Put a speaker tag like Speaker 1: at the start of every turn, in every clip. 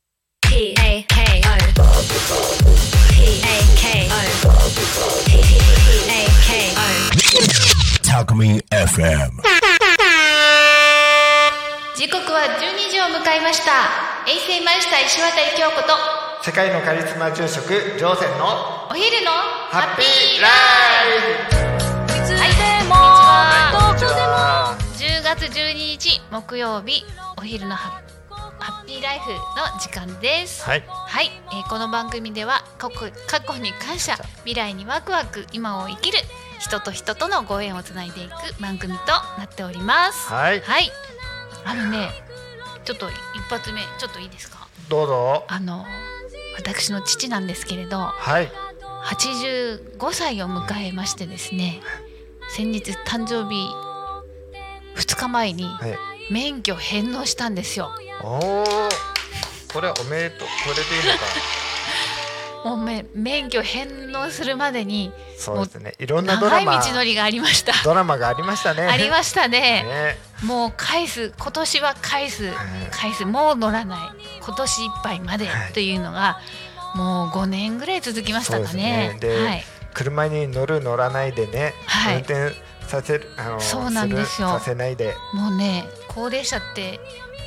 Speaker 1: P A K O P A K O P A K O
Speaker 2: Talk FM.
Speaker 3: 時刻は12時を迎えました衛星マイスター石渡京子と
Speaker 4: 世界のカリスマ住職乗船の
Speaker 3: お昼の
Speaker 4: ハ
Speaker 3: ハッ
Speaker 4: ッ
Speaker 3: ピ
Speaker 4: ピ
Speaker 3: ー
Speaker 4: ー
Speaker 3: ラ
Speaker 4: ライ
Speaker 3: イフ
Speaker 4: フ
Speaker 3: はいこんにち
Speaker 4: は
Speaker 3: は10月12日木曜日お昼のハッハッピーライフの時間です
Speaker 4: はい
Speaker 3: はい、えーこの番組では過去過去に感謝未来にワクワク今を生きる人と人とのご縁をつないでいく番組となっております
Speaker 4: はい
Speaker 3: あのねちょっと一発目ちょっといいですか
Speaker 4: どうぞ
Speaker 3: あの私の父なんですけれど
Speaker 4: はい
Speaker 3: 85歳を迎えましてですね先日誕生日2日前に
Speaker 4: はい
Speaker 3: 免許返納したんですよ
Speaker 4: おおこれはおめでとうこれでい いのか
Speaker 3: もうめ免許返納するまでに
Speaker 4: そうですねいろんなド
Speaker 3: 長
Speaker 4: ラ
Speaker 3: い
Speaker 4: マ
Speaker 3: 道のりがありました
Speaker 4: ドラマがありましたね
Speaker 3: ありました
Speaker 4: た
Speaker 3: ね
Speaker 4: ね
Speaker 3: もう返す今年は返す返すもう乗らない今年いっぱいまで
Speaker 4: はい
Speaker 3: というのがもう5年ぐらい続きましたかね
Speaker 4: そうですねで
Speaker 3: はい
Speaker 4: 車に乗る乗らないでね、
Speaker 3: はい
Speaker 4: 運転させるあの
Speaker 3: そうなんですよ
Speaker 4: るさせないで
Speaker 3: もうね高齢者って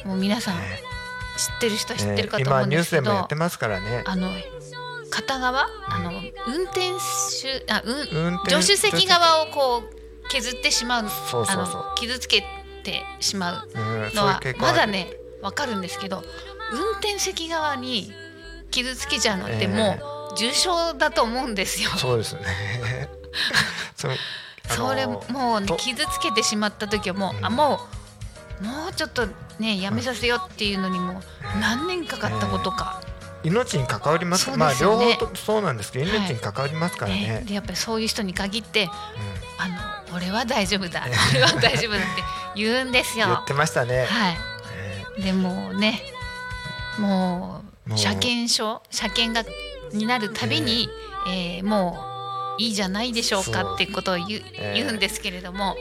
Speaker 3: もう皆さん知
Speaker 4: ね
Speaker 3: ってる人は知ってるか
Speaker 4: ね
Speaker 3: と思
Speaker 4: 今
Speaker 3: うん
Speaker 4: ニュ
Speaker 3: で
Speaker 4: ー
Speaker 3: す
Speaker 4: ス
Speaker 3: け
Speaker 4: で
Speaker 3: ど、
Speaker 4: もやってますからね
Speaker 3: あの片側あの運転手あうん
Speaker 4: 運転
Speaker 3: 助手席側をこう削ってしまう
Speaker 4: そうそうそう
Speaker 3: あの傷つけてしまう
Speaker 4: うん
Speaker 3: のは
Speaker 4: そういう傾向あ
Speaker 3: ま
Speaker 4: る
Speaker 3: だねわかるんですけど運転席側に傷つけちゃうのって
Speaker 4: ええ
Speaker 3: もう重傷だと思うんですよ。
Speaker 4: そうですね そのあの
Speaker 3: それもうね
Speaker 4: と
Speaker 3: 傷つけてしまった時はもう、
Speaker 4: うん
Speaker 3: あもうもうちょっとねやめさせようっていうのにもう何年かかったことか、
Speaker 4: 命に関わります
Speaker 3: そう
Speaker 4: ま
Speaker 3: で
Speaker 4: あ
Speaker 3: すよ
Speaker 4: 両
Speaker 3: ね
Speaker 4: 方とそうなんですけど
Speaker 3: はい
Speaker 4: 命に関わりますから
Speaker 3: ね
Speaker 4: ね、
Speaker 3: でやっぱりそういう人に限ってあの俺は大丈夫だ俺は大丈夫だって言うんです
Speaker 4: うん
Speaker 3: よ
Speaker 4: 言っ。てましたね、
Speaker 3: は
Speaker 4: ね
Speaker 3: い、でもうねも
Speaker 4: も
Speaker 3: う
Speaker 4: う
Speaker 3: 車検証車検がになるたびに、えーもういいじゃないでしょう
Speaker 4: そ
Speaker 3: か
Speaker 4: う
Speaker 3: っていうことを言う,、
Speaker 4: ええ
Speaker 3: 言うんですけれども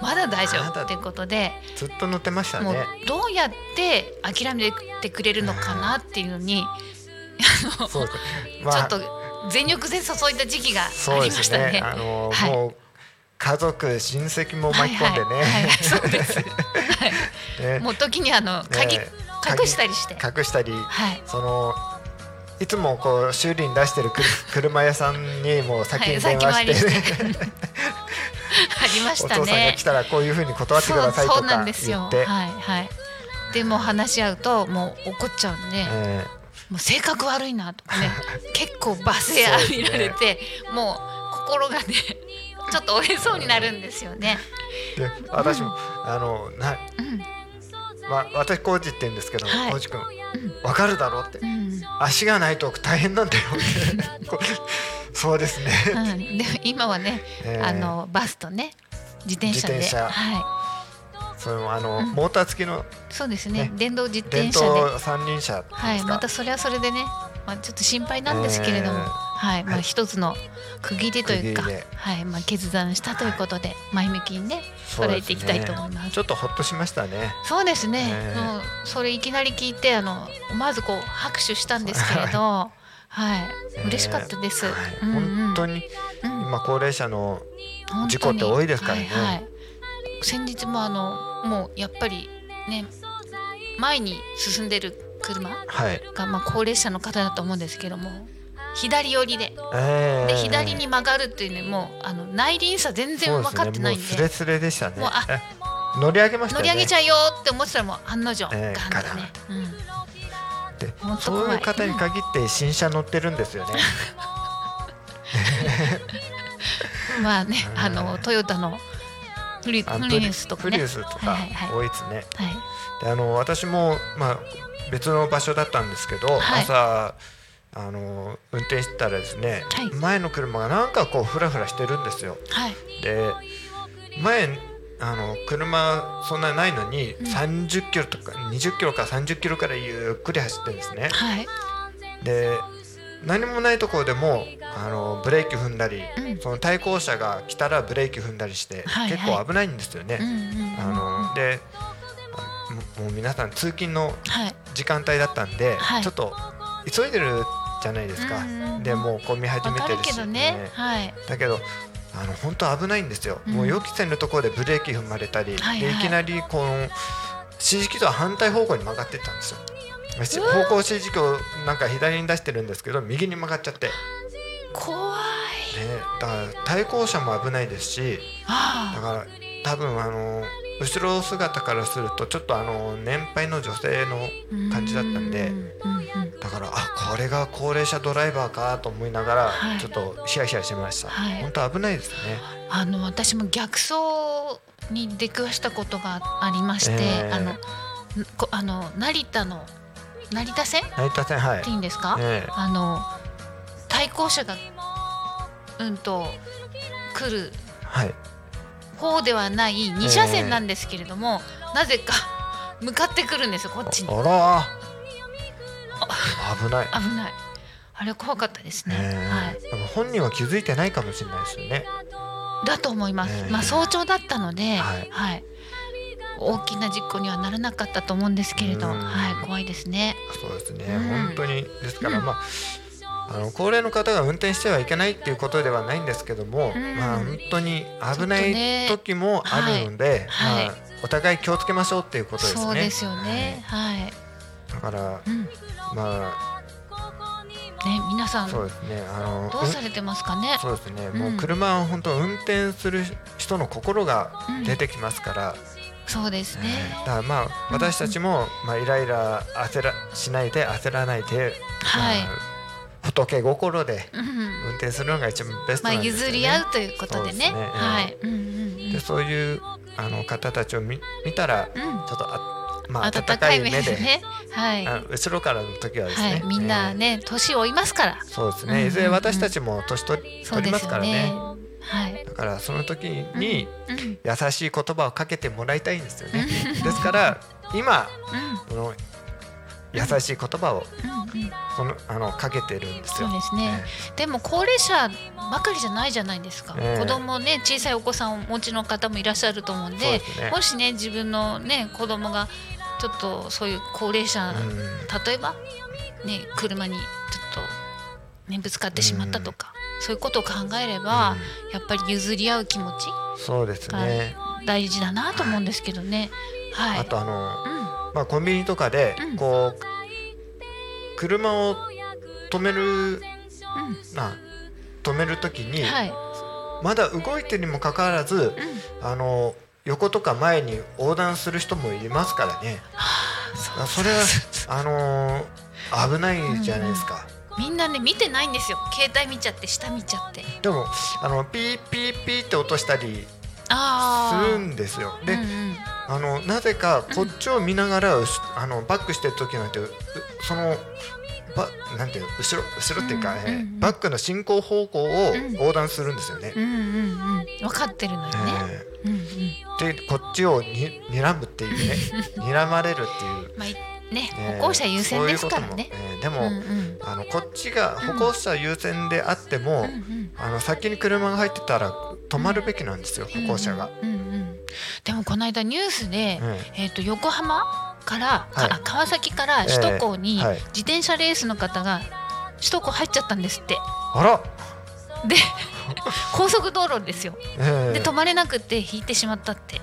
Speaker 3: まだ大丈夫っていうことで。
Speaker 4: ずっと乗ってました
Speaker 3: もう
Speaker 4: ね
Speaker 3: どうやって諦めてくれるのかなっていうのに、あの
Speaker 4: そうですね、まあ、
Speaker 3: ちょっと全力で注いだ時期があ
Speaker 4: そう
Speaker 3: り
Speaker 4: で
Speaker 3: まし
Speaker 4: す
Speaker 3: た
Speaker 4: ね
Speaker 3: ね。
Speaker 4: あの、
Speaker 3: はい
Speaker 4: もう家族親戚も巻き込んでね,、
Speaker 3: はいはいはいそうです。 はい、
Speaker 4: ね
Speaker 3: もう時にあの鍵、
Speaker 4: ね
Speaker 3: 隠したりして、
Speaker 4: 隠したり
Speaker 3: はい、
Speaker 4: そのいつもこう修理に出してるくる 車屋さんにもう先に電話して,、
Speaker 3: はい先回りしてありまし
Speaker 4: お
Speaker 3: た
Speaker 4: 父さんが
Speaker 3: ね
Speaker 4: 来。たらこういうふうに断ってくださいと
Speaker 3: そうそうな
Speaker 4: か
Speaker 3: んです
Speaker 4: 言
Speaker 3: よ。
Speaker 4: って、
Speaker 3: はいはい。でも話し合うともう怒っちゃうんで、
Speaker 4: え
Speaker 3: もう性格悪いなと かね結構罵声浴びられてもう心がね ちょっと折れそうになるんですよね。
Speaker 4: ーで私も、あのな
Speaker 3: うん
Speaker 4: わ私コージって言うんですけど、
Speaker 3: はい
Speaker 4: コージ君わかるだろうって、
Speaker 3: うん
Speaker 4: 足がないと大変なん だよってこうそうですね、
Speaker 3: うん、で今はね、
Speaker 4: えー
Speaker 3: あのバスとね自転車で
Speaker 4: 自転車
Speaker 3: は
Speaker 4: そのあの、
Speaker 3: うん
Speaker 4: モーター付きの
Speaker 3: い、そうですね
Speaker 4: ね
Speaker 3: 電動自
Speaker 4: 電
Speaker 3: 転車で、
Speaker 4: 動三輪車ですか、
Speaker 3: はい、またそれはそれでね、まあ、ちょっと心配なんですけれども、
Speaker 4: えー
Speaker 3: はいまあ、一つの区切りというか
Speaker 4: 区切りで、
Speaker 3: はいまあ、決断したということで前向きにね
Speaker 4: そう
Speaker 3: 捉
Speaker 4: で
Speaker 3: え
Speaker 4: す
Speaker 3: て
Speaker 4: ね
Speaker 3: いきたいと思います。
Speaker 4: ちょっとほっとしましたね
Speaker 3: そうですね。
Speaker 4: ねえ
Speaker 3: もうそれいきなり聞いてあの思わずこう拍手したんですけれど、はい、
Speaker 4: ねえ
Speaker 3: 嬉しかったです。
Speaker 4: はい
Speaker 3: うんうん
Speaker 4: 本当に
Speaker 3: うん
Speaker 4: 今高齢者の
Speaker 3: 本当に
Speaker 4: 事故って多いですからね
Speaker 3: はいはい先日もあのもうやっぱりね前に進んでる車
Speaker 4: はい、
Speaker 3: がまあ高齢者の方だと思うんですけども。左寄りで
Speaker 4: えー
Speaker 3: で左に曲がるっていうねもうあの内輪差全然分かってないんで
Speaker 4: そうすねもうすれすれでしたね
Speaker 3: もうあ
Speaker 4: え乗り上げました
Speaker 3: 乗
Speaker 4: よ
Speaker 3: り
Speaker 4: ね
Speaker 3: 上げちゃうよって思ってたらもう案の定ガン
Speaker 4: え
Speaker 3: っ
Speaker 4: え
Speaker 3: てね、うん、
Speaker 4: って
Speaker 3: ほんと怖い
Speaker 4: そういう方に限って新車乗ってるんですよね
Speaker 3: まあね、
Speaker 4: うん
Speaker 3: あのトヨタのプリ
Speaker 4: あ
Speaker 3: プリウスとかね。
Speaker 4: プリウスとか
Speaker 3: はいはいはい
Speaker 4: 多いですね
Speaker 3: はい。
Speaker 4: であの私も、まあ、別の場所だったんですけど、
Speaker 3: はい
Speaker 4: 朝あの運転してたらですね、
Speaker 3: はい
Speaker 4: 前の車がなんかこうフラフラしてるんですよ。
Speaker 3: はい。
Speaker 4: で前あの車そんなないのに
Speaker 3: ん
Speaker 4: 30キロとか20キロから30キロからゆっくり走ってるんですね。
Speaker 3: はい。
Speaker 4: で何もないところでもあのブレーキ踏んだり、
Speaker 3: うん
Speaker 4: その対向車が来たらブレーキ踏んだりして、
Speaker 3: はいはい
Speaker 4: 結構危ないんですよね。
Speaker 3: うんうん。
Speaker 4: あのであももう皆さん通勤の
Speaker 3: はい。
Speaker 4: 時間帯だったんで、
Speaker 3: はい
Speaker 4: ちょっと急いでるじゃないですか、
Speaker 3: うんうん
Speaker 4: でもうこう見始
Speaker 3: わ
Speaker 4: め
Speaker 3: か
Speaker 4: て
Speaker 3: る
Speaker 4: る
Speaker 3: け
Speaker 4: し、
Speaker 3: どねはい
Speaker 4: だけどあの本当危ないんですよ、
Speaker 3: うん
Speaker 4: もう予期せぬところでブレーキ踏まれたり、
Speaker 3: はい
Speaker 4: で
Speaker 3: はい
Speaker 4: いきなりこの C 字機とは反対方向に曲がっていったんですよし方向 C 字機をなんか左に出してるんですけど右に曲がっちゃって、ね、
Speaker 3: 怖い
Speaker 4: だから対向車も危ないですしだ
Speaker 3: あ
Speaker 4: から多分あの後ろ姿からするとちょっとあの年配の女性の
Speaker 3: あ
Speaker 4: 感じだったん
Speaker 3: うう
Speaker 4: で
Speaker 3: んうん
Speaker 4: だからあこれが高齢者ドライバーかと思いながら
Speaker 3: はい
Speaker 4: ちょっとヒヤヒヤしました、
Speaker 3: はい
Speaker 4: 本当危ないですね、
Speaker 3: あの私も逆走に出くわしたことがありまして、
Speaker 4: ええ
Speaker 3: あのんこあの成田の成田線っ
Speaker 4: 成田線はい
Speaker 3: ていいんですか、
Speaker 4: ええ
Speaker 3: あの対向車がうんと来る
Speaker 4: はい
Speaker 3: 方ではない2車線なんですけれども、なぜか向かってくるんですよこっちに
Speaker 4: あらー危ない、
Speaker 3: 危ないあれ怖かったですね、
Speaker 4: ええ
Speaker 3: は
Speaker 4: でも本人は気づいてないかもしれないですよね
Speaker 3: い、だと思います、
Speaker 4: ええ
Speaker 3: まあ早朝だったので、は
Speaker 4: はいい
Speaker 3: 大きな事故にはならなかったと思うんですけれど、
Speaker 4: うん
Speaker 3: はい、怖いですね
Speaker 4: そうですね、
Speaker 3: うん
Speaker 4: 本当にですから、
Speaker 3: うん
Speaker 4: まああの高齢の方が運転してはいけないっていうことではないんですけども、
Speaker 3: うん
Speaker 4: まあ本当に危な
Speaker 3: ちょっとね
Speaker 4: い時もあるので、
Speaker 3: はい
Speaker 4: ま
Speaker 3: は
Speaker 4: あお互い気をつけましょうっていうことですね。
Speaker 3: そうですよね、はい、
Speaker 4: はいだから
Speaker 3: うん、ね
Speaker 4: ま
Speaker 3: 皆さ
Speaker 4: あ
Speaker 3: ん
Speaker 4: そ
Speaker 3: ど
Speaker 4: うですねあの
Speaker 3: うされてますかね、
Speaker 4: そうですね、
Speaker 3: ん
Speaker 4: もう車は本当運転する人の心が
Speaker 3: うん、
Speaker 4: 出てきますから、
Speaker 3: そうですね、
Speaker 4: えーだからまあ私たちも、まあ、イライラ焦らしないで焦らないで、
Speaker 3: はい、
Speaker 4: まあ仏心で
Speaker 3: うん
Speaker 4: 運転するのが一番ベスト
Speaker 3: まあ
Speaker 4: なんですよね。
Speaker 3: 譲り合うということでね
Speaker 4: そうですね
Speaker 3: はい、うんうんうん
Speaker 4: でそういうあの方たちを見見たらち
Speaker 3: うん
Speaker 4: ょっとあ、まあ、
Speaker 3: 温
Speaker 4: 温
Speaker 3: か
Speaker 4: か
Speaker 3: い
Speaker 4: い目
Speaker 3: 目
Speaker 4: で
Speaker 3: でね、はい、
Speaker 4: あ後ろからの時はですね、
Speaker 3: はい、みんなね、年老いますから、
Speaker 4: えーそうです
Speaker 3: うんうんう
Speaker 4: ね
Speaker 3: ん
Speaker 4: いずれ私たちも年取り
Speaker 3: そう
Speaker 4: 取り
Speaker 3: で
Speaker 4: ますす
Speaker 3: よ
Speaker 4: から
Speaker 3: ね
Speaker 4: ね。
Speaker 3: はい、
Speaker 4: だからその時に
Speaker 3: うん、うん、
Speaker 4: 優しい言葉をかけてもらいたいんですよね。ですから今この優しい言葉を
Speaker 3: うん、うん、
Speaker 4: そのあのかけてるんです
Speaker 3: そ
Speaker 4: よ
Speaker 3: う。ですね。でも高齢者ばかりじゃないじゃないですか。
Speaker 4: ええ
Speaker 3: 子供ね、小さいお子さんをお持ちの方もいらっしゃると思うん
Speaker 4: え
Speaker 3: で、
Speaker 4: ーそうですね。
Speaker 3: もしね、自分のね、子供がちょっとそういう高齢者、
Speaker 4: うん
Speaker 3: 例えばね、車にちょっとねぶつかってしまったとか、そういうことを考えれば、やっぱり譲り合う気持ち
Speaker 4: うんそうですね。
Speaker 3: 大事だなと思うんですけどね。はい。
Speaker 4: あとあの
Speaker 3: うん。
Speaker 4: まあ、コンビニとかで
Speaker 3: うん
Speaker 4: こう、車を止める、
Speaker 3: うん
Speaker 4: まあ、止める時に、
Speaker 3: はい。
Speaker 4: まだ動いてるにもかかわらず
Speaker 3: うん。
Speaker 4: あの横とか前に横断する人もいますからね
Speaker 3: そ
Speaker 4: それ はあのー危ないじゃないですか、
Speaker 3: うみんなね見てないんですよ。携帯見ちゃって下見ちゃって。
Speaker 4: でもあのピーピーピーって落としたり
Speaker 3: ああ。
Speaker 4: するんですよで、
Speaker 3: うんうん
Speaker 4: あのなぜかこっちを見ながら、うしあのバックしてる時なんてうそのばなんていう後ろ後ろっていうか、
Speaker 3: うんうん
Speaker 4: えー
Speaker 3: うん
Speaker 4: バックの進行方向を
Speaker 3: うん
Speaker 4: 横断するんですよね。
Speaker 3: うんうんうん。分かってるのよね。
Speaker 4: え
Speaker 3: うんうん。
Speaker 4: ーでこっちをに睨むっ ていうね睨まれるっていう、
Speaker 3: まあいね
Speaker 4: えー
Speaker 3: 歩行者優先ですからね
Speaker 4: そういうこ。ともえーで
Speaker 3: うん
Speaker 4: も、
Speaker 3: うん。
Speaker 4: あのこっちが歩行者優先であっても、
Speaker 3: うんうん。
Speaker 4: あの先に車が入ってたら止まるべきなんですよ、歩行者が。
Speaker 3: うんうん。でもこの間ニュースで
Speaker 4: うん
Speaker 3: えっと横浜からか
Speaker 4: はい
Speaker 3: あ川崎から首都高に
Speaker 4: ええはい
Speaker 3: 自転車レースの方が首都高入っちゃったんですって。
Speaker 4: あら、
Speaker 3: で高速道路ですよ。
Speaker 4: えー
Speaker 3: で止まれなくて引いてしまったって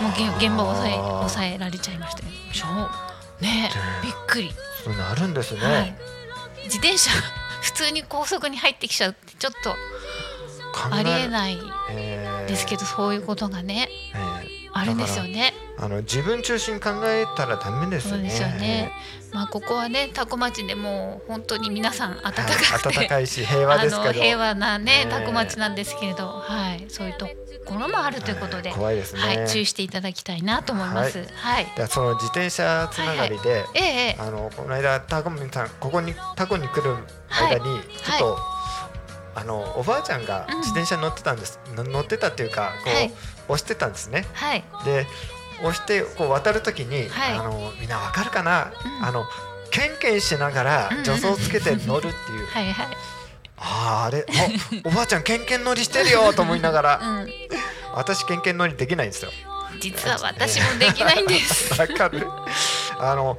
Speaker 3: もうげ現場を抑え
Speaker 4: あー
Speaker 3: 抑えられちゃいましたねしょうねえびっくり、
Speaker 4: そうなるんですね。
Speaker 3: はい、自転車 普通に高速に入ってきちゃうってちょっと
Speaker 4: 考
Speaker 3: ありえ
Speaker 4: い
Speaker 3: ないですけ
Speaker 4: ど、
Speaker 3: どそういうことがね
Speaker 4: えー
Speaker 3: あるんですよね
Speaker 4: あの自分中心考えたらダメです
Speaker 3: そう
Speaker 4: よね。
Speaker 3: ですよね、まあここはねタコ町でもう本当に皆さん温か
Speaker 4: えー。
Speaker 3: く
Speaker 4: はい
Speaker 3: て、
Speaker 4: 暖かいし平和ですけ
Speaker 3: あの
Speaker 4: ど。
Speaker 3: 平和なね
Speaker 4: ねえ
Speaker 3: タコ町なんですけれどはいそういうところもあるということで、
Speaker 4: えー怖いですね。
Speaker 3: はい注意していただきたいなと思います
Speaker 4: は
Speaker 3: はい
Speaker 4: でその自転車つながりで、
Speaker 3: ええええ
Speaker 4: あのこの間タコミンさんここにタコに来る間にちょっと、あのおばあちゃんが
Speaker 3: うん
Speaker 4: 自転車乗ってたんです、の乗ってたっていうかこう、
Speaker 3: はい
Speaker 4: 押してたんですね。
Speaker 3: はい
Speaker 4: で押してこう渡るときに、
Speaker 3: はい
Speaker 4: あのみんなわかるかな、
Speaker 3: うん
Speaker 4: あのケンケンしながら
Speaker 3: うんうん
Speaker 4: 助走つけて乗るっていう、
Speaker 3: はいはい
Speaker 4: あーあれあおばあちゃんケンケン乗りしてるよと思いながら
Speaker 3: うん
Speaker 4: 私ケンケン乗りできないんですよ
Speaker 3: 実は私もできないんです。
Speaker 4: わかるあの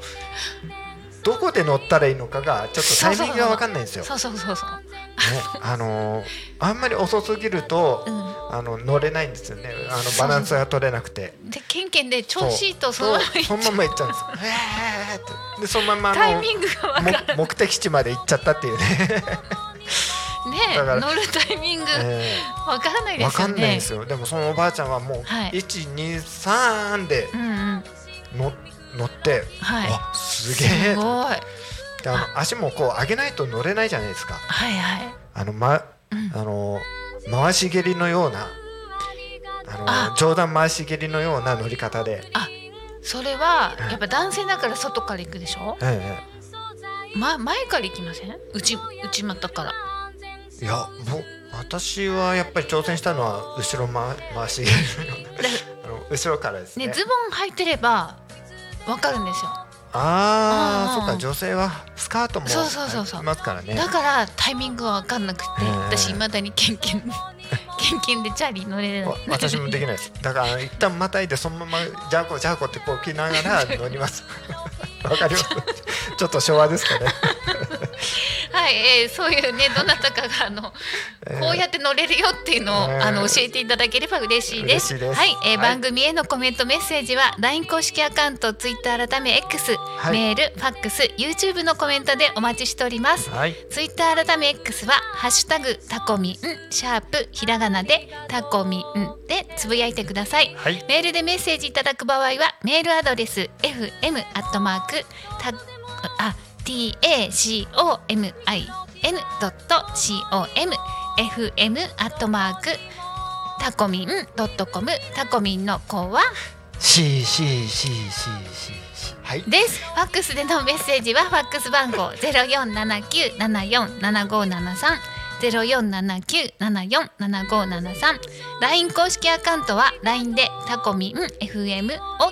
Speaker 4: どこで乗ったらいいのかがちょっとタイミングが分かんないんですよ。
Speaker 3: そうそうそうそう。
Speaker 4: ね、あのーあんまり遅すぎると、
Speaker 3: うん。
Speaker 4: あの乗れないんですよね。あのバランスが取れなくて。
Speaker 3: でケンケンで調子いいとそのまま
Speaker 4: そうそのまま行っちゃうんですよ。えーってでそのままあの
Speaker 3: タイミングがわかんない。
Speaker 4: も目的地まで行っちゃったっていうね。
Speaker 3: ね
Speaker 4: だから
Speaker 3: 乗るタイミング
Speaker 4: えー
Speaker 3: わからないで
Speaker 4: わ
Speaker 3: す
Speaker 4: か
Speaker 3: よ
Speaker 4: んないん
Speaker 3: ね
Speaker 4: で。すよ。でもそのおばあちゃんはもう
Speaker 3: はい
Speaker 4: 一二三で
Speaker 3: うんうん。
Speaker 4: 乗乗って、
Speaker 3: はい。
Speaker 4: わすげえ
Speaker 3: す。ごい。はい
Speaker 4: であの足もこう上げないと乗れないじゃないですか。
Speaker 3: はい。
Speaker 4: あのま
Speaker 3: うん
Speaker 4: あの回し蹴りのようなあ
Speaker 3: あ
Speaker 4: の上段回し蹴りのような乗り方で、
Speaker 3: それは
Speaker 4: うん
Speaker 3: やっぱ男性だから外から行くでしょ。
Speaker 4: ええ
Speaker 3: ま前から行きません？内内股から。
Speaker 4: いや僕私はやっぱり挑戦したのは後ろ回 回し蹴りのようなあの後ろからですね。
Speaker 3: ねズボン履いてればわかるんですよ。
Speaker 4: あ
Speaker 3: あ
Speaker 4: あ
Speaker 3: ー
Speaker 4: そっか女性はスカートも
Speaker 3: そうそうそうそう
Speaker 4: ありますからね。
Speaker 3: だからタイミングが分かんなくて、
Speaker 4: ええ
Speaker 3: 私いまだにケン ケンケンケンでチャリ乗れない
Speaker 4: わ私もできないですだから一旦またいでそのままジャコジャコってこう着ながら乗ります わかりますちょっと昭和ですかね、
Speaker 3: はい、えーそういうねどなたかがあの、
Speaker 4: えー
Speaker 3: こうやって乗れるよっていうのを、
Speaker 4: えー
Speaker 3: あの教えていただければ嬉しいです
Speaker 4: 嬉しいです
Speaker 3: はい、えー
Speaker 4: はい
Speaker 3: 番組へのコメントメッセージは LINE 公式アカウント Twitter 改め X、
Speaker 4: い
Speaker 3: メールファックス YouTube のコメントでお待ちしております
Speaker 4: はい、
Speaker 3: ツイッター改め X は「ハッシュタグタコミン」シャープひらがなでタコミンでつぶやいてください、
Speaker 4: はい
Speaker 3: メールでメッセージいただく場合はメールアドレス fm アットマークタあ tacomin.com fm アットマークタコミン .com タコミンの子は
Speaker 4: CCCCCC はい
Speaker 3: です。ファックスでのメッセージはファックス番号ゼロ四七九七四七五七三ゼロ四七九七四七五七三。ライン公式アカウントは LINE でタコミン FM を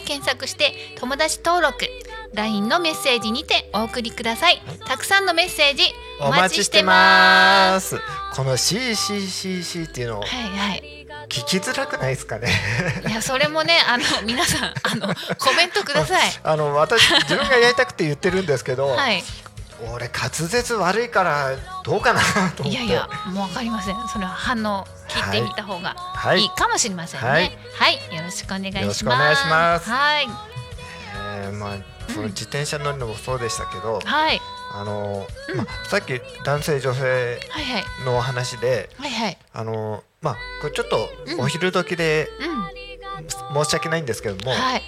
Speaker 3: 検索して友達登録。LINE のメッセージにてお送りください。たくさんのメッセージお
Speaker 4: お
Speaker 3: 待
Speaker 4: 待
Speaker 3: ち
Speaker 4: ち
Speaker 3: し
Speaker 4: してて
Speaker 3: ま。
Speaker 4: ますすこの CCCC っていうのを
Speaker 3: はいはい。
Speaker 4: 聞きづらくないですかね
Speaker 3: いやそれもねあの皆さんあのコメントください。
Speaker 4: あの私自分がやりたくて言ってるんですけど、
Speaker 3: はい。
Speaker 4: 俺滑舌悪いからどうかなと思
Speaker 3: い
Speaker 4: っ
Speaker 3: やい
Speaker 4: て
Speaker 3: やもうわかりません。それは反応聞いてみた方が。
Speaker 4: はい
Speaker 3: いいかもしれませんね。は
Speaker 4: はいい、
Speaker 3: よろしくお願いします。
Speaker 4: よろしくお願いします
Speaker 3: はい、
Speaker 4: えーまあその自転車乗るのもそうでしたけど、
Speaker 3: はい、
Speaker 4: あの
Speaker 3: うん
Speaker 4: まあ、さっき男性女性
Speaker 3: はいはい、
Speaker 4: のお話で
Speaker 3: はいはい、
Speaker 4: あの、まあ、これちょっ
Speaker 3: うん
Speaker 4: とお昼時で
Speaker 3: う
Speaker 4: 申し訳ないんですけども、
Speaker 3: ん、はい、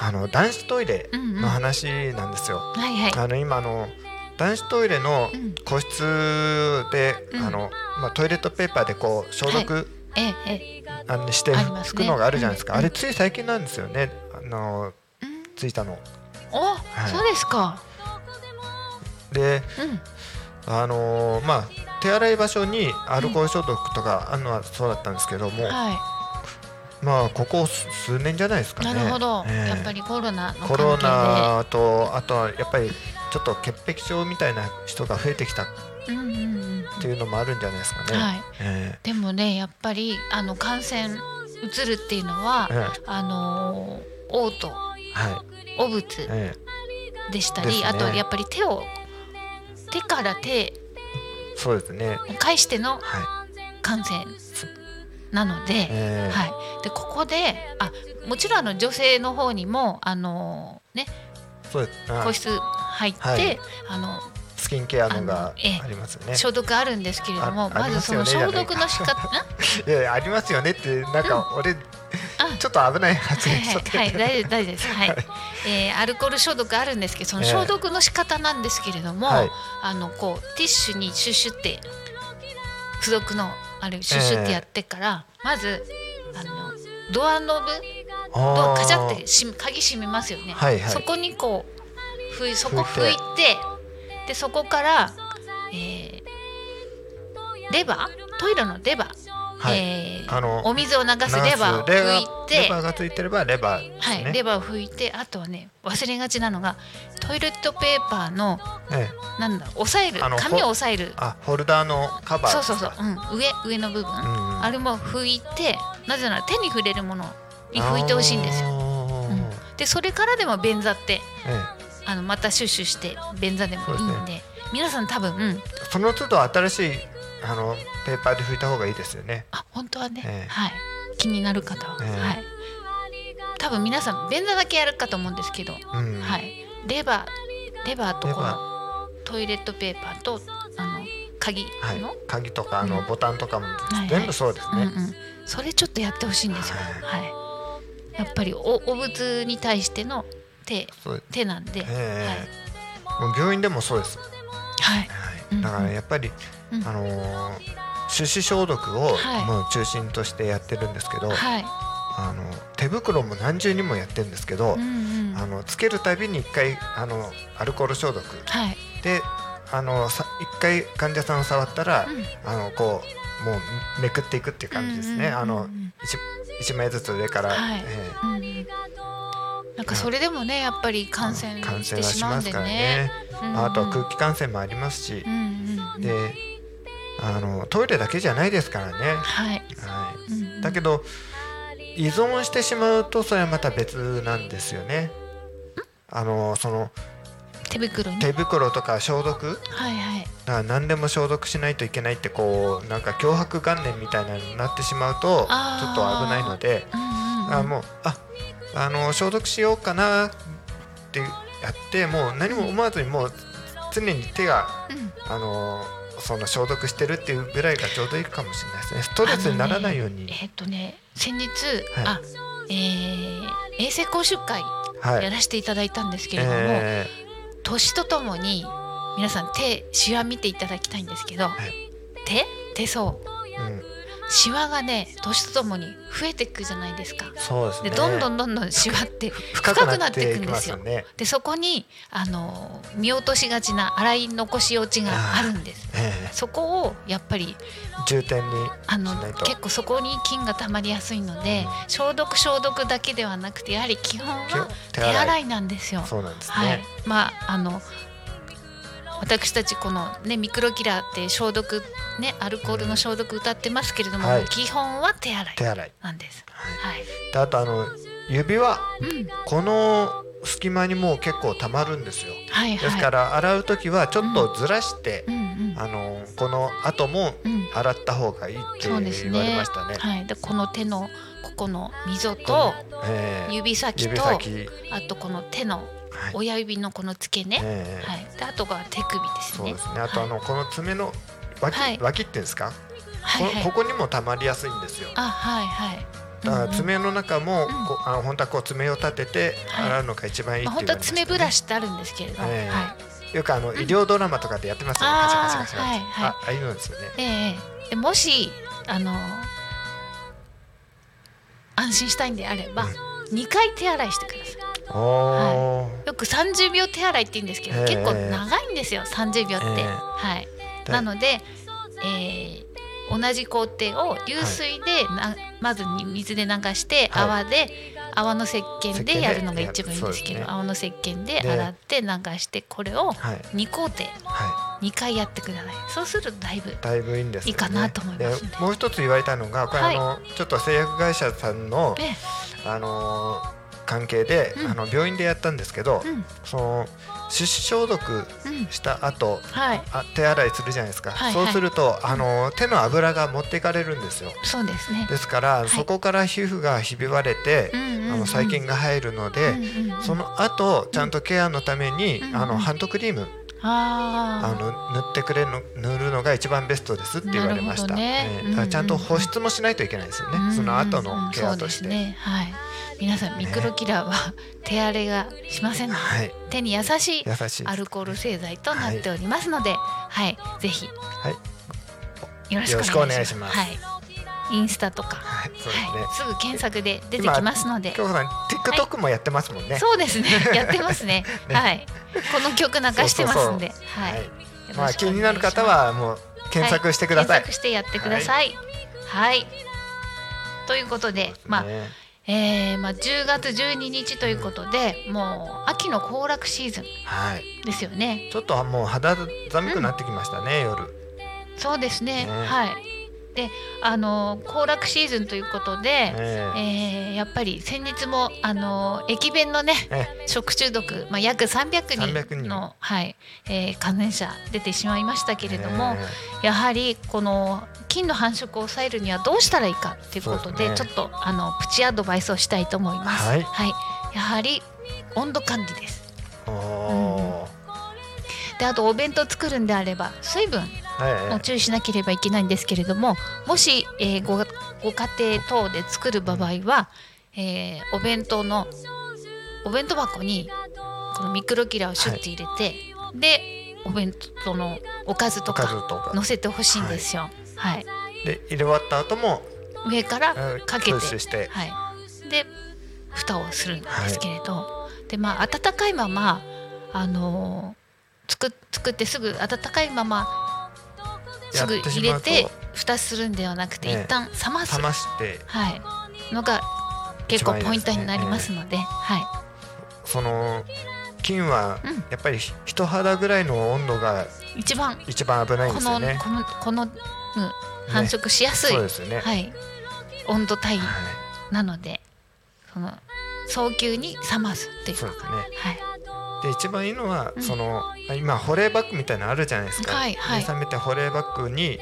Speaker 4: あの男子トイレ
Speaker 3: うんうん、
Speaker 4: の
Speaker 3: はい
Speaker 4: 話なんですよ。
Speaker 3: はい、
Speaker 4: あの今あの男子トイレの
Speaker 3: うん
Speaker 4: 個室で、
Speaker 3: うん
Speaker 4: あのまあ、トイレットペーパーでこう消毒、
Speaker 3: ええええ、
Speaker 4: あのして
Speaker 3: ありますね
Speaker 4: 拭くのがあるじゃないですか、
Speaker 3: うん
Speaker 4: あれつい最近なんですよねあの
Speaker 3: うん、
Speaker 4: ついたの。
Speaker 3: お、
Speaker 4: い
Speaker 3: そうですか、
Speaker 4: で
Speaker 3: うん、
Speaker 4: あのーまあ手洗い場所にアルコール消毒とかあるのはそうだったんですけども、
Speaker 3: は
Speaker 4: まあここ数数年じゃないですか
Speaker 3: い、
Speaker 4: ね。
Speaker 3: なるほど、
Speaker 4: ええ
Speaker 3: やっぱりコロナの
Speaker 4: コロ
Speaker 3: 関
Speaker 4: ナとあとはやっぱりちょっと潔癖症みたいな人が増えてきたっ
Speaker 3: 係で、うんうんうん、
Speaker 4: ていうのもあるんじゃないですかね。
Speaker 3: はい、
Speaker 4: え
Speaker 3: でもね、やっぱりあの感染移るっていうのは
Speaker 4: え、え
Speaker 3: あのー嘔吐、
Speaker 4: えはい
Speaker 3: 汚物
Speaker 4: え
Speaker 3: でした
Speaker 4: です
Speaker 3: り、
Speaker 4: ね
Speaker 3: あとやっぱり手を手から手
Speaker 4: えそうですね。
Speaker 3: を介しての
Speaker 4: は
Speaker 3: 感染なので、
Speaker 4: い。ええ
Speaker 3: はい、でここであもちろんあの女性の方にもあの、ね、
Speaker 4: そうです。あ
Speaker 3: 個室入って、
Speaker 4: はい
Speaker 3: あの
Speaker 4: スキンケアのが
Speaker 3: あのええ
Speaker 4: ありますよね。
Speaker 3: 消毒あるんですけれども
Speaker 4: あ
Speaker 3: ま
Speaker 4: あり
Speaker 3: ずそ
Speaker 4: ますよ
Speaker 3: の
Speaker 4: ね
Speaker 3: 消毒の 仕方
Speaker 4: いやいやありますよねってなんか俺、ちょっと危ない発
Speaker 3: ん
Speaker 4: 言しちゃって。
Speaker 3: はいはい、はい、大丈夫大丈夫です、はいえーアルコール消毒あるんですけどその
Speaker 4: ええ
Speaker 3: 消毒の仕方なんですけれども、
Speaker 4: はい
Speaker 3: あのこうティッシュにシュッシュって付属のあれシュッシュってやってから、まずあのドアノブド
Speaker 4: あ
Speaker 3: ア
Speaker 4: ー
Speaker 3: カチャってし鍵閉めますよね、
Speaker 4: はいはい
Speaker 3: そこにこうふいそこ拭
Speaker 4: 拭
Speaker 3: い
Speaker 4: い
Speaker 3: てでそこから、えーレバートイレのレバー、
Speaker 4: はい。
Speaker 3: えー
Speaker 4: あの
Speaker 3: お水を流す
Speaker 4: 流す
Speaker 3: レバーを
Speaker 4: レ
Speaker 3: 拭い
Speaker 4: バー
Speaker 3: て
Speaker 4: レバーがついてればレバーです
Speaker 3: は
Speaker 4: ね。
Speaker 3: い、レバーを拭いてあとはね忘れがちなのがトイレットペーパーの
Speaker 4: ええ
Speaker 3: なんだろう押さえる
Speaker 4: あの
Speaker 3: 紙を押さえる
Speaker 4: あホルダーのカバー
Speaker 3: そう
Speaker 4: です
Speaker 3: そう
Speaker 4: か
Speaker 3: そう、うん、上上の部分、
Speaker 4: んうん
Speaker 3: あれも拭いてなぜなら手に触れるものに拭いてほしいんですよ
Speaker 4: あー
Speaker 3: うんでそれからでも便座って
Speaker 4: え
Speaker 3: あのまたシュッシュして便座でもいいん
Speaker 4: そう
Speaker 3: で皆さん多分、うん、
Speaker 4: その都度新しいあのペーパーで拭いた方がいいですよね。
Speaker 3: あ本当はね、
Speaker 4: ええ
Speaker 3: はい気になる方は、
Speaker 4: ええ
Speaker 3: はい多分皆さん便座だけやるかと思うんですけど、
Speaker 4: うん、
Speaker 3: はいレバーレバーと
Speaker 4: レ
Speaker 3: こ
Speaker 4: バ
Speaker 3: のトイレットペーパーとあの鍵
Speaker 4: はい
Speaker 3: の、、
Speaker 4: 鍵とかあの
Speaker 3: うん
Speaker 4: ボタンとかも
Speaker 3: いはい
Speaker 4: 全部そうです
Speaker 3: うんう
Speaker 4: ね。
Speaker 3: ん、それちょっとやってほしいんですよはい、やっぱりおお仏に対しての手
Speaker 4: そう
Speaker 3: 手なんで、
Speaker 4: ええもう病院でもそうです。
Speaker 3: はい
Speaker 4: は
Speaker 3: うん
Speaker 4: い、だからやっぱり、
Speaker 3: うん
Speaker 4: あのー手指消毒を
Speaker 3: はい
Speaker 4: もう中心としてやってるんですけど、
Speaker 3: はい、
Speaker 4: あの手袋も何重にもやってるんですけ
Speaker 3: う
Speaker 4: ど、
Speaker 3: んうん、
Speaker 4: あのつけるたびに1回あのアルコール消毒
Speaker 3: はい、
Speaker 4: であのさ1回患者さんを触ったら、
Speaker 3: うん
Speaker 4: あのこうもうめくっていくっていう感じですね、
Speaker 3: うんうんうん
Speaker 4: あの 1, 枚ずつ上から、
Speaker 3: はい
Speaker 4: え
Speaker 3: うんうんなんかそれでもねやっぱり
Speaker 4: え
Speaker 3: 感染
Speaker 4: 感
Speaker 3: し
Speaker 4: 染
Speaker 3: て
Speaker 4: は
Speaker 3: し
Speaker 4: し
Speaker 3: まう
Speaker 4: ま
Speaker 3: ん
Speaker 4: す
Speaker 3: で
Speaker 4: から
Speaker 3: ね
Speaker 4: ね。、まあ、あとは
Speaker 3: うんうん
Speaker 4: 空気感染もありますし
Speaker 3: う、んうんうん、
Speaker 4: であのトイレだけじゃないですからね、
Speaker 3: はい、
Speaker 4: は
Speaker 3: うんう
Speaker 4: い、
Speaker 3: ん
Speaker 4: だけど依存してしまうとそれはまた別なんですよね。あのその
Speaker 3: 手袋に
Speaker 4: 手袋とか消毒
Speaker 3: はいはい
Speaker 4: あ何でも消毒しないといけないってこうなんか脅迫観念みたいなのになってしまうとちょ
Speaker 3: あー
Speaker 4: っと危ないので
Speaker 3: うんうん
Speaker 4: あもうああの消毒しようかなってやってもう何も思わずにもう常に手が
Speaker 3: うん
Speaker 4: あのその消毒してるっていうぐらいがちょうどいいかもしれないですねストレスにならないように、
Speaker 3: えっとね先日、
Speaker 4: はい
Speaker 3: あえー衛生講習会
Speaker 4: は
Speaker 3: や
Speaker 4: い
Speaker 3: らせていただいたんですけれども、
Speaker 4: え
Speaker 3: 年とともに皆さん手シワ見ていただきたいんですけど、
Speaker 4: い
Speaker 3: 手手相
Speaker 4: ーうん、
Speaker 3: シワがね年とともに増えていくじゃないですか。
Speaker 4: そうです
Speaker 3: で
Speaker 4: ね
Speaker 3: どんどんどんどんシワって深
Speaker 4: 深く
Speaker 3: く
Speaker 4: な
Speaker 3: な
Speaker 4: っ
Speaker 3: ってい
Speaker 4: て
Speaker 3: く
Speaker 4: い
Speaker 3: ん
Speaker 4: き
Speaker 3: で
Speaker 4: ますすよ
Speaker 3: よ。
Speaker 4: ね。
Speaker 3: でそこにあの見落としがちな洗い残し落ちがあるんです。
Speaker 4: え
Speaker 3: そこをやっぱり
Speaker 4: え重点に
Speaker 3: あ
Speaker 4: し
Speaker 3: の
Speaker 4: ないと
Speaker 3: 結構そこに菌が溜まりやすいので、
Speaker 4: うん
Speaker 3: 消毒消毒だけではなくてやはり基本は手
Speaker 4: 手洗い
Speaker 3: 洗いなんですよ。
Speaker 4: そうなんですね、
Speaker 3: はい、まああの私たちこのねミクロキラーって消毒ねアルコールの消毒歌ってますけれども、
Speaker 4: うんはい
Speaker 3: 基本は手洗い
Speaker 4: 手洗い、
Speaker 3: なんです。
Speaker 4: はい
Speaker 3: はい、
Speaker 4: であとあの指輪
Speaker 3: うん、
Speaker 4: この隙間にもう結構たまるんですよ
Speaker 3: はい
Speaker 4: です
Speaker 3: は
Speaker 4: か
Speaker 3: い。
Speaker 4: ら洗う時はちょっとずらして、
Speaker 3: うんうん
Speaker 4: あのこの後も
Speaker 3: うん
Speaker 4: 洗った方がいいって
Speaker 3: そ
Speaker 4: 言
Speaker 3: う
Speaker 4: わ
Speaker 3: ですね
Speaker 4: れましたね
Speaker 3: はい、でこの手のここの溝と
Speaker 4: このええ
Speaker 3: 指先
Speaker 4: 指
Speaker 3: と
Speaker 4: 先、
Speaker 3: あとこの手の
Speaker 4: はい
Speaker 3: 親指のこの付け根、
Speaker 4: ええ
Speaker 3: はい、であとが手首です
Speaker 4: そう
Speaker 3: ね
Speaker 4: で。すねあとあのこの爪の脇,、
Speaker 3: はい
Speaker 4: 脇っていうんですか、
Speaker 3: はいはい、
Speaker 4: こここにもたまりやすいんですよ
Speaker 3: あはいはい。
Speaker 4: だから
Speaker 3: うんうん
Speaker 4: 爪の中も、
Speaker 3: ん
Speaker 4: こうあの本当はこう爪を立てて
Speaker 3: はい
Speaker 4: 洗うのが一番いい
Speaker 3: ま
Speaker 4: っ
Speaker 3: あ、
Speaker 4: て
Speaker 3: 本
Speaker 4: 言
Speaker 3: 当は爪ブ
Speaker 4: われました、ね、
Speaker 3: ラシってあるんですけれど、
Speaker 4: ええ
Speaker 3: はい、
Speaker 4: よくあの医療ドラマとかでやってますよね、
Speaker 3: あー
Speaker 4: カチャカチャカチャカチャ、
Speaker 3: はいはい
Speaker 4: あああいうのですよね
Speaker 3: ええでもしあの安心したいんであれば、二回手洗いしてください。
Speaker 4: おー、
Speaker 3: よく30秒手洗いって言うんですけど、
Speaker 4: ええ
Speaker 3: 結構長いんですよ30秒って、
Speaker 4: ええ
Speaker 3: はい。
Speaker 4: だ
Speaker 3: なので、えー同じ工程を流水でな、まずに水で流して、
Speaker 4: はい
Speaker 3: 泡で泡の石鹸
Speaker 4: 石
Speaker 3: で
Speaker 4: 鹸で
Speaker 3: やるのが一番いいんですけど
Speaker 4: やるそうですね
Speaker 3: 泡の石鹸で
Speaker 4: で
Speaker 3: 洗って流してこれを
Speaker 4: はい
Speaker 3: 2工程
Speaker 4: は
Speaker 3: 2回やってくださいそうするとだいぶ
Speaker 4: いだいぶいいんですよね
Speaker 3: いいかなと思いますね
Speaker 4: でもう一つ言われたのがこれ
Speaker 3: はい
Speaker 4: あの、ちょっと製薬会社さんの
Speaker 3: ね
Speaker 4: あのー関係で、
Speaker 3: うん
Speaker 4: あの病院でやったんですけど、
Speaker 3: うん
Speaker 4: その手指消毒
Speaker 3: うん
Speaker 4: した後、
Speaker 3: はい
Speaker 4: あ手洗いするじゃないですか、
Speaker 3: はいはい
Speaker 4: そうするとあのー手の油が持っていかれるんですよ
Speaker 3: そうですね
Speaker 4: ですから、
Speaker 3: い
Speaker 4: そこから皮膚がひび割れて、
Speaker 3: うんうんうん
Speaker 4: あの細菌が入るので、
Speaker 3: うんうん
Speaker 4: その後ちゃんとケアのために、
Speaker 3: うん
Speaker 4: あ
Speaker 3: う
Speaker 4: の
Speaker 3: ん
Speaker 4: ハンドクリーム、あ
Speaker 3: あ
Speaker 4: の塗ってくれるの塗るのが一番ベストですって言われまし
Speaker 3: なるほ
Speaker 4: た、
Speaker 3: どね
Speaker 4: ええだからちゃん
Speaker 3: う
Speaker 4: と
Speaker 3: んうん
Speaker 4: 保湿もしないといけないですよ
Speaker 3: あ、
Speaker 4: ね、
Speaker 3: うんうんうん
Speaker 4: その後のケ
Speaker 3: そう
Speaker 4: アとして、
Speaker 3: ですねはい皆さんミクロキラーは手荒れがしませ んので、
Speaker 4: はい
Speaker 3: 手に優しい
Speaker 4: 優しいです
Speaker 3: アルコール製剤となっておりますので、はい、ぜひ、はい、よろしくお願いします。
Speaker 4: よろしくお願い
Speaker 3: はい、インスタとか、は
Speaker 4: はい、そうですね、
Speaker 3: い、すぐ検索で出てきますので
Speaker 4: 京。子さん TikTok もやってますもんね、
Speaker 3: そうです ね、やってますね。
Speaker 4: ね
Speaker 3: はい、この曲流してますんで、
Speaker 4: そうそうそう
Speaker 3: はい、
Speaker 4: はい
Speaker 3: よろしくお願いし
Speaker 4: まあ
Speaker 3: す
Speaker 4: 気になる方はもう検索してください、
Speaker 3: 検索してやってください。はい、ということで、まあ
Speaker 4: ね
Speaker 3: えーまあ10月12日ということで、もう秋の行楽シーズン
Speaker 4: はい
Speaker 3: ですよね。
Speaker 4: ちょっともう肌寒くなってきましたね、夜
Speaker 3: そうですね。
Speaker 4: ね
Speaker 3: はい。であの行楽シーズンということで、
Speaker 4: ええ
Speaker 3: えーやっぱり先日もあの駅弁のね
Speaker 4: え
Speaker 3: 食中毒、まあ、約300
Speaker 4: 300
Speaker 3: 人
Speaker 4: 人
Speaker 3: のはいえー感染者出てしまいましたけれども、
Speaker 4: え
Speaker 3: やはりこの菌の繁殖を抑えるにはどうしたらいいかっていうことで
Speaker 4: そうです
Speaker 3: ちょ
Speaker 4: ね
Speaker 3: っとあのプチアドバイスをしたいと思います。
Speaker 4: はい
Speaker 3: やはり温度管理です
Speaker 4: えおー
Speaker 3: であとお弁当作るんであれば水分
Speaker 4: え
Speaker 3: も
Speaker 4: え
Speaker 3: 注意しなければいけないんですけれどももし、えーごご家庭等で作る場合は、えーお弁当のお弁当箱にこのミクロキラをシュッて入れて、でお弁当のおかずと
Speaker 4: おかず
Speaker 3: か
Speaker 4: とか
Speaker 3: 乗せてほしいんですよ。はい
Speaker 4: で入れ終わった後も
Speaker 3: 上から
Speaker 4: ええ
Speaker 3: かけ
Speaker 4: プ
Speaker 3: て
Speaker 4: ッシュして
Speaker 3: はい、で蓋をするんですけれど、でまあ温かいままあのー作っ作ってすぐ温かいまます
Speaker 4: や
Speaker 3: す
Speaker 4: っ
Speaker 3: ぐ
Speaker 4: てし
Speaker 3: 入
Speaker 4: ま
Speaker 3: れ
Speaker 4: うと
Speaker 3: て蓋するんではなくて、
Speaker 4: ええ
Speaker 3: 一旦冷ます
Speaker 4: 冷まして
Speaker 3: はい、のが結構
Speaker 4: 一番いいです
Speaker 3: ポイ
Speaker 4: ね
Speaker 3: ントになりますので、は
Speaker 4: その菌は
Speaker 3: うん
Speaker 4: やっぱり人肌ぐらいの温度が
Speaker 3: い、一番
Speaker 4: 一番危ないん
Speaker 3: こ
Speaker 4: です
Speaker 3: の
Speaker 4: よね。
Speaker 3: このこの、うん、繁殖しやすい、
Speaker 4: そうですよね。
Speaker 3: はい、温度帯
Speaker 4: はい
Speaker 3: なのでその早急に冷ますっていう
Speaker 4: そ
Speaker 3: の
Speaker 4: う
Speaker 3: が
Speaker 4: ですね。
Speaker 3: はい
Speaker 4: で一番いいのは、
Speaker 3: うん
Speaker 4: その今保冷バッグみたいなのあるじゃないですか。
Speaker 3: はいはい
Speaker 4: 冷めて保冷バッグに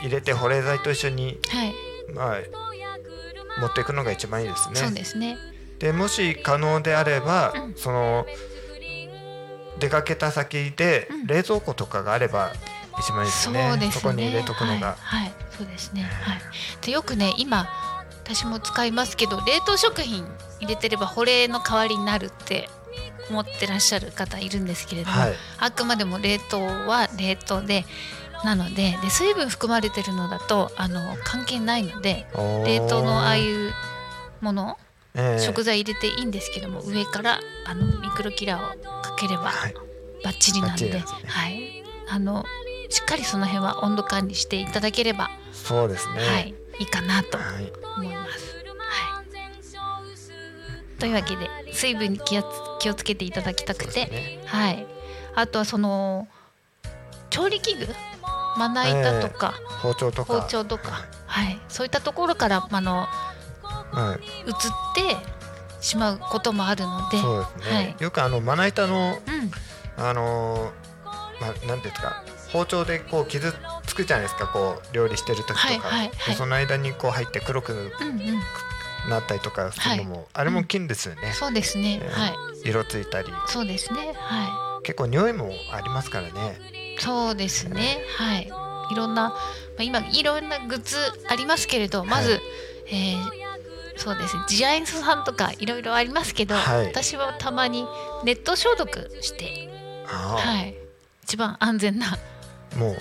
Speaker 4: 入れて保冷剤と一緒に、
Speaker 3: はい、
Speaker 4: まあ、持っていくのが一番いいです
Speaker 3: そう
Speaker 4: ね。
Speaker 3: ですね
Speaker 4: でもし可能であれば、
Speaker 3: うん
Speaker 4: その出かけた先で
Speaker 3: うん
Speaker 4: 冷蔵庫とかがあれば一番いいです
Speaker 3: そう
Speaker 4: ね。
Speaker 3: ですね。
Speaker 4: そこに入れとくのが、
Speaker 3: はい、はいそうですね。はい。でよくね、今私も使いますけど、冷凍食品入れてれば保冷の代わりになるって思ってらっしゃる方いるんですけれども、
Speaker 4: はい
Speaker 3: あくまでも冷凍は冷凍で。なのでで水分含まれてるのだとあの関係ないので
Speaker 4: おー
Speaker 3: 冷凍のああいうもの、
Speaker 4: ええ
Speaker 3: 食材入れていいんですけども上からあのミクロキラーをかければ
Speaker 4: はい
Speaker 3: バッチリなので、
Speaker 4: バッチリですね
Speaker 3: はい、あのしっかりその辺は温度管理していただければ、
Speaker 4: そうですね。
Speaker 3: はい、いいかなと
Speaker 4: はい
Speaker 3: 思います。はい、というわけで水分に気をつ気をつけていただきた
Speaker 4: そう
Speaker 3: くて、
Speaker 4: ですね
Speaker 3: はい、あとはその調理器具まな板とか、
Speaker 4: 包丁とか
Speaker 3: 包丁とか、はい、そういったところからあの
Speaker 4: はい、
Speaker 3: 移ってしまうこともあるので。
Speaker 4: そうですね、
Speaker 3: はい
Speaker 4: よくあのまな板の
Speaker 3: うん、
Speaker 4: あのーまあなんていうんですか包丁でこう傷つくじゃないですかこう料理してる時とか、
Speaker 3: はいはいはい
Speaker 4: でその間にこう入って黒く
Speaker 3: うん、うん、
Speaker 4: なったりとかするのも、あれも菌ですよね、
Speaker 3: そうですね、
Speaker 4: えー
Speaker 3: はい、
Speaker 4: 色ついたり
Speaker 3: そうですね、はい。
Speaker 4: 結構匂いもありますからね
Speaker 3: そうですね、はい。いろんな、まあ、今いろんなグッズありますけれど、
Speaker 4: い
Speaker 3: まず、えーそうですね、ジアエンスさんとかいろいろありますけど、
Speaker 4: はい
Speaker 3: 私はたまにネット消毒して、
Speaker 4: ああ、
Speaker 3: はい、一番安全な、
Speaker 4: もう煮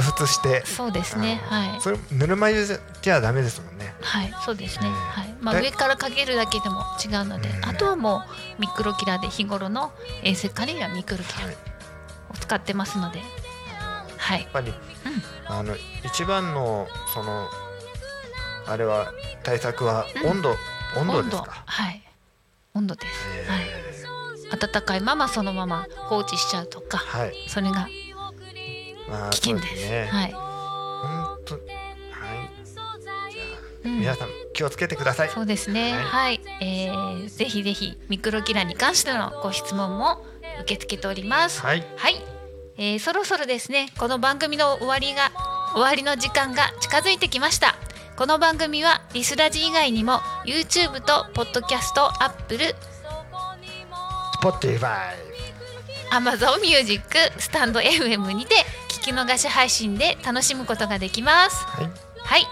Speaker 4: 沸して
Speaker 3: そうですね、
Speaker 4: あの
Speaker 3: はい。
Speaker 4: それぬるま湯じゃダメですもんね
Speaker 3: はい、そうですね。
Speaker 4: えー
Speaker 3: はい、まあ
Speaker 4: で
Speaker 3: 上からかけるだけでも違うので、
Speaker 4: うん
Speaker 3: あとはもうミクロキラーで日頃の衛生管理にはミクロキラ
Speaker 4: は
Speaker 3: ー
Speaker 4: い
Speaker 3: を使ってますので、はい
Speaker 4: やっ、ぱり、あの一番のそのあれは対策は
Speaker 3: うん
Speaker 4: 温度、温度ですか、
Speaker 3: はい、温度です。
Speaker 4: え
Speaker 3: はい。温かいままそのまま放置しちゃうとか
Speaker 4: ーはい、
Speaker 3: それが
Speaker 4: まあ、
Speaker 3: 危険です
Speaker 4: そうね、
Speaker 3: はい、
Speaker 4: 本当はいじゃ
Speaker 3: う
Speaker 4: あ
Speaker 3: ん
Speaker 4: 皆さん気をつけてください
Speaker 3: そうですねは、
Speaker 4: はい
Speaker 3: えーぜひぜひミクロキラに関してのご質問も受け付けております
Speaker 4: はい
Speaker 3: はい、えーそろそろですねこの番組の終わりが終わりの時間が近づいてきましたこの番組はリスラジ以外にも YouTube と Podcast、Apple、
Speaker 4: Spotify
Speaker 3: Amazon Music、スタンド FM にて聞き逃し配信で楽しむことができます
Speaker 4: はい
Speaker 3: はい。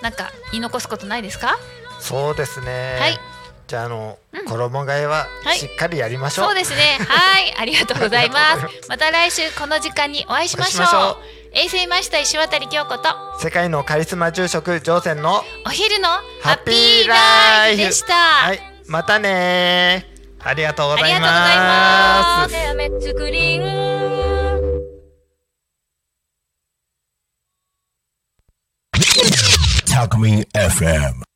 Speaker 3: なんか言い残すことないですか？
Speaker 4: そうですね
Speaker 3: はい
Speaker 4: じゃああの、
Speaker 3: うん
Speaker 4: 衣替えは
Speaker 3: はい
Speaker 4: しっかりやりましょう、
Speaker 3: そうですね。はい、ありがとうございま
Speaker 4: ありがとうござい
Speaker 3: す。また来週この時間にお会いしましょう。
Speaker 4: お会いしましょ
Speaker 3: 衛星マスター石渡京子と
Speaker 4: 世界のカリスマ住職ジョーセンの
Speaker 3: お昼のハ
Speaker 4: ハ
Speaker 3: ッ
Speaker 4: ッ
Speaker 3: ピ
Speaker 4: ピ
Speaker 3: ー
Speaker 4: ー
Speaker 3: ラ
Speaker 4: ラ
Speaker 3: イ
Speaker 4: イ
Speaker 3: フ
Speaker 4: フ
Speaker 3: でした。
Speaker 4: はいまたねーありがとうございま
Speaker 3: あ
Speaker 4: す
Speaker 3: りがとうございます
Speaker 1: でアメッツグリーン
Speaker 2: Talk Me FM.